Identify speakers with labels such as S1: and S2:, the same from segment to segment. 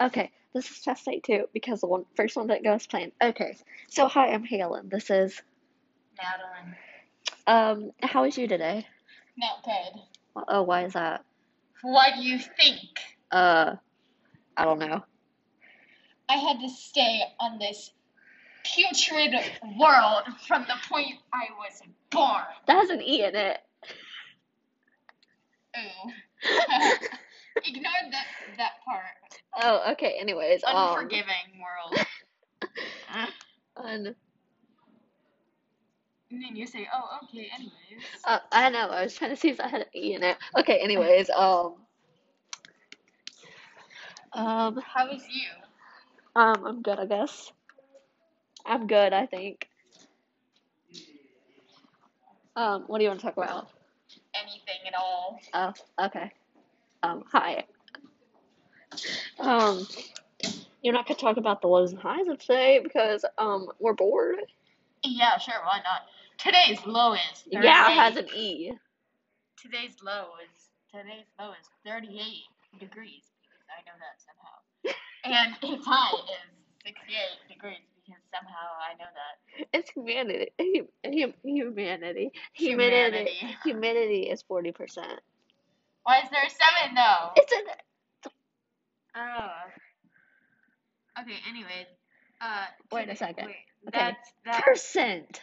S1: Okay, this is test take two because the one, first one didn't go as planned. Okay, so hi, I'm Halen. This is,
S2: Madeline.
S1: um, how is you today?
S2: Not good.
S1: Oh, why is that?
S2: What do you think?
S1: Uh, I don't know.
S2: I had to stay on this putrid world from the point I was born.
S1: That has an E in it.
S2: Ooh. Ignore that that part.
S1: Oh, okay, anyways, um,
S2: Unforgiving world. Uh,
S1: un-
S2: and then you say, oh, okay, anyways.
S1: uh, I know, I was trying to see if that had an E in it. Okay, anyways, um, um,
S2: How was you?
S1: um, I'm good, I guess. I'm good, I think. Um, what do you want to talk about?
S2: Anything at all?
S1: Oh, okay. Um, hi. Um, you're not gonna talk about the lows and highs of today because um we're bored.
S2: Yeah, sure, why not? Today's low is 38.
S1: Yeah, it has an E.
S2: Today's low is today's low is 38 degrees because I know that somehow. and its high is 68 degrees because somehow I know that.
S1: It's humanity. Hum- hum- humanity. Humidity.
S2: Humanity.
S1: Humidity is forty percent.
S2: Why is there a seven though?
S1: It's an
S2: Oh. Okay. Anyways. Uh.
S1: Wait a
S2: today-
S1: second.
S2: Wait,
S1: Okay.
S2: That's that.
S1: percent.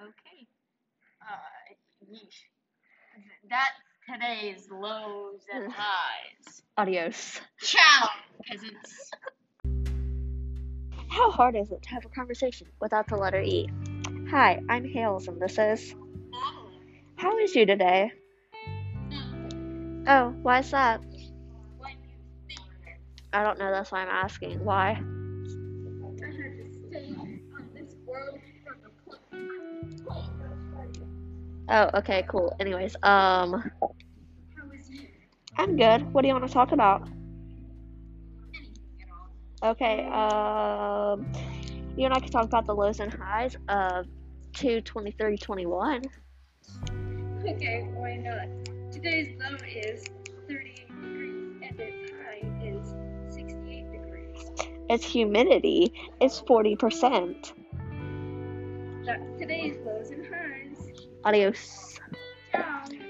S2: Okay. Uh. Yeesh. That's today's lows and highs.
S1: Adios.
S2: Ciao, peasants.
S1: How hard is it to have a conversation without the letter E? Hi, I'm Hales, and this is. How is you today?
S2: Hmm.
S1: Oh, why is that?
S2: What do you think?
S1: I don't know. That's why I'm asking. Why?
S2: I had to stay on this world from the point
S1: Oh, okay, cool. Anyways, um,
S2: How was you?
S1: I'm good. What do you want to talk about?
S2: Anything at all?
S1: Okay, um, you and I can talk about the lows and highs of 2, 23, 21.
S3: Okay, why not? Today's low is 38 degrees and its high is 68 degrees.
S1: It's humidity. It's 40%.
S3: That's today's lows and highs.
S1: Adios.
S3: Ciao.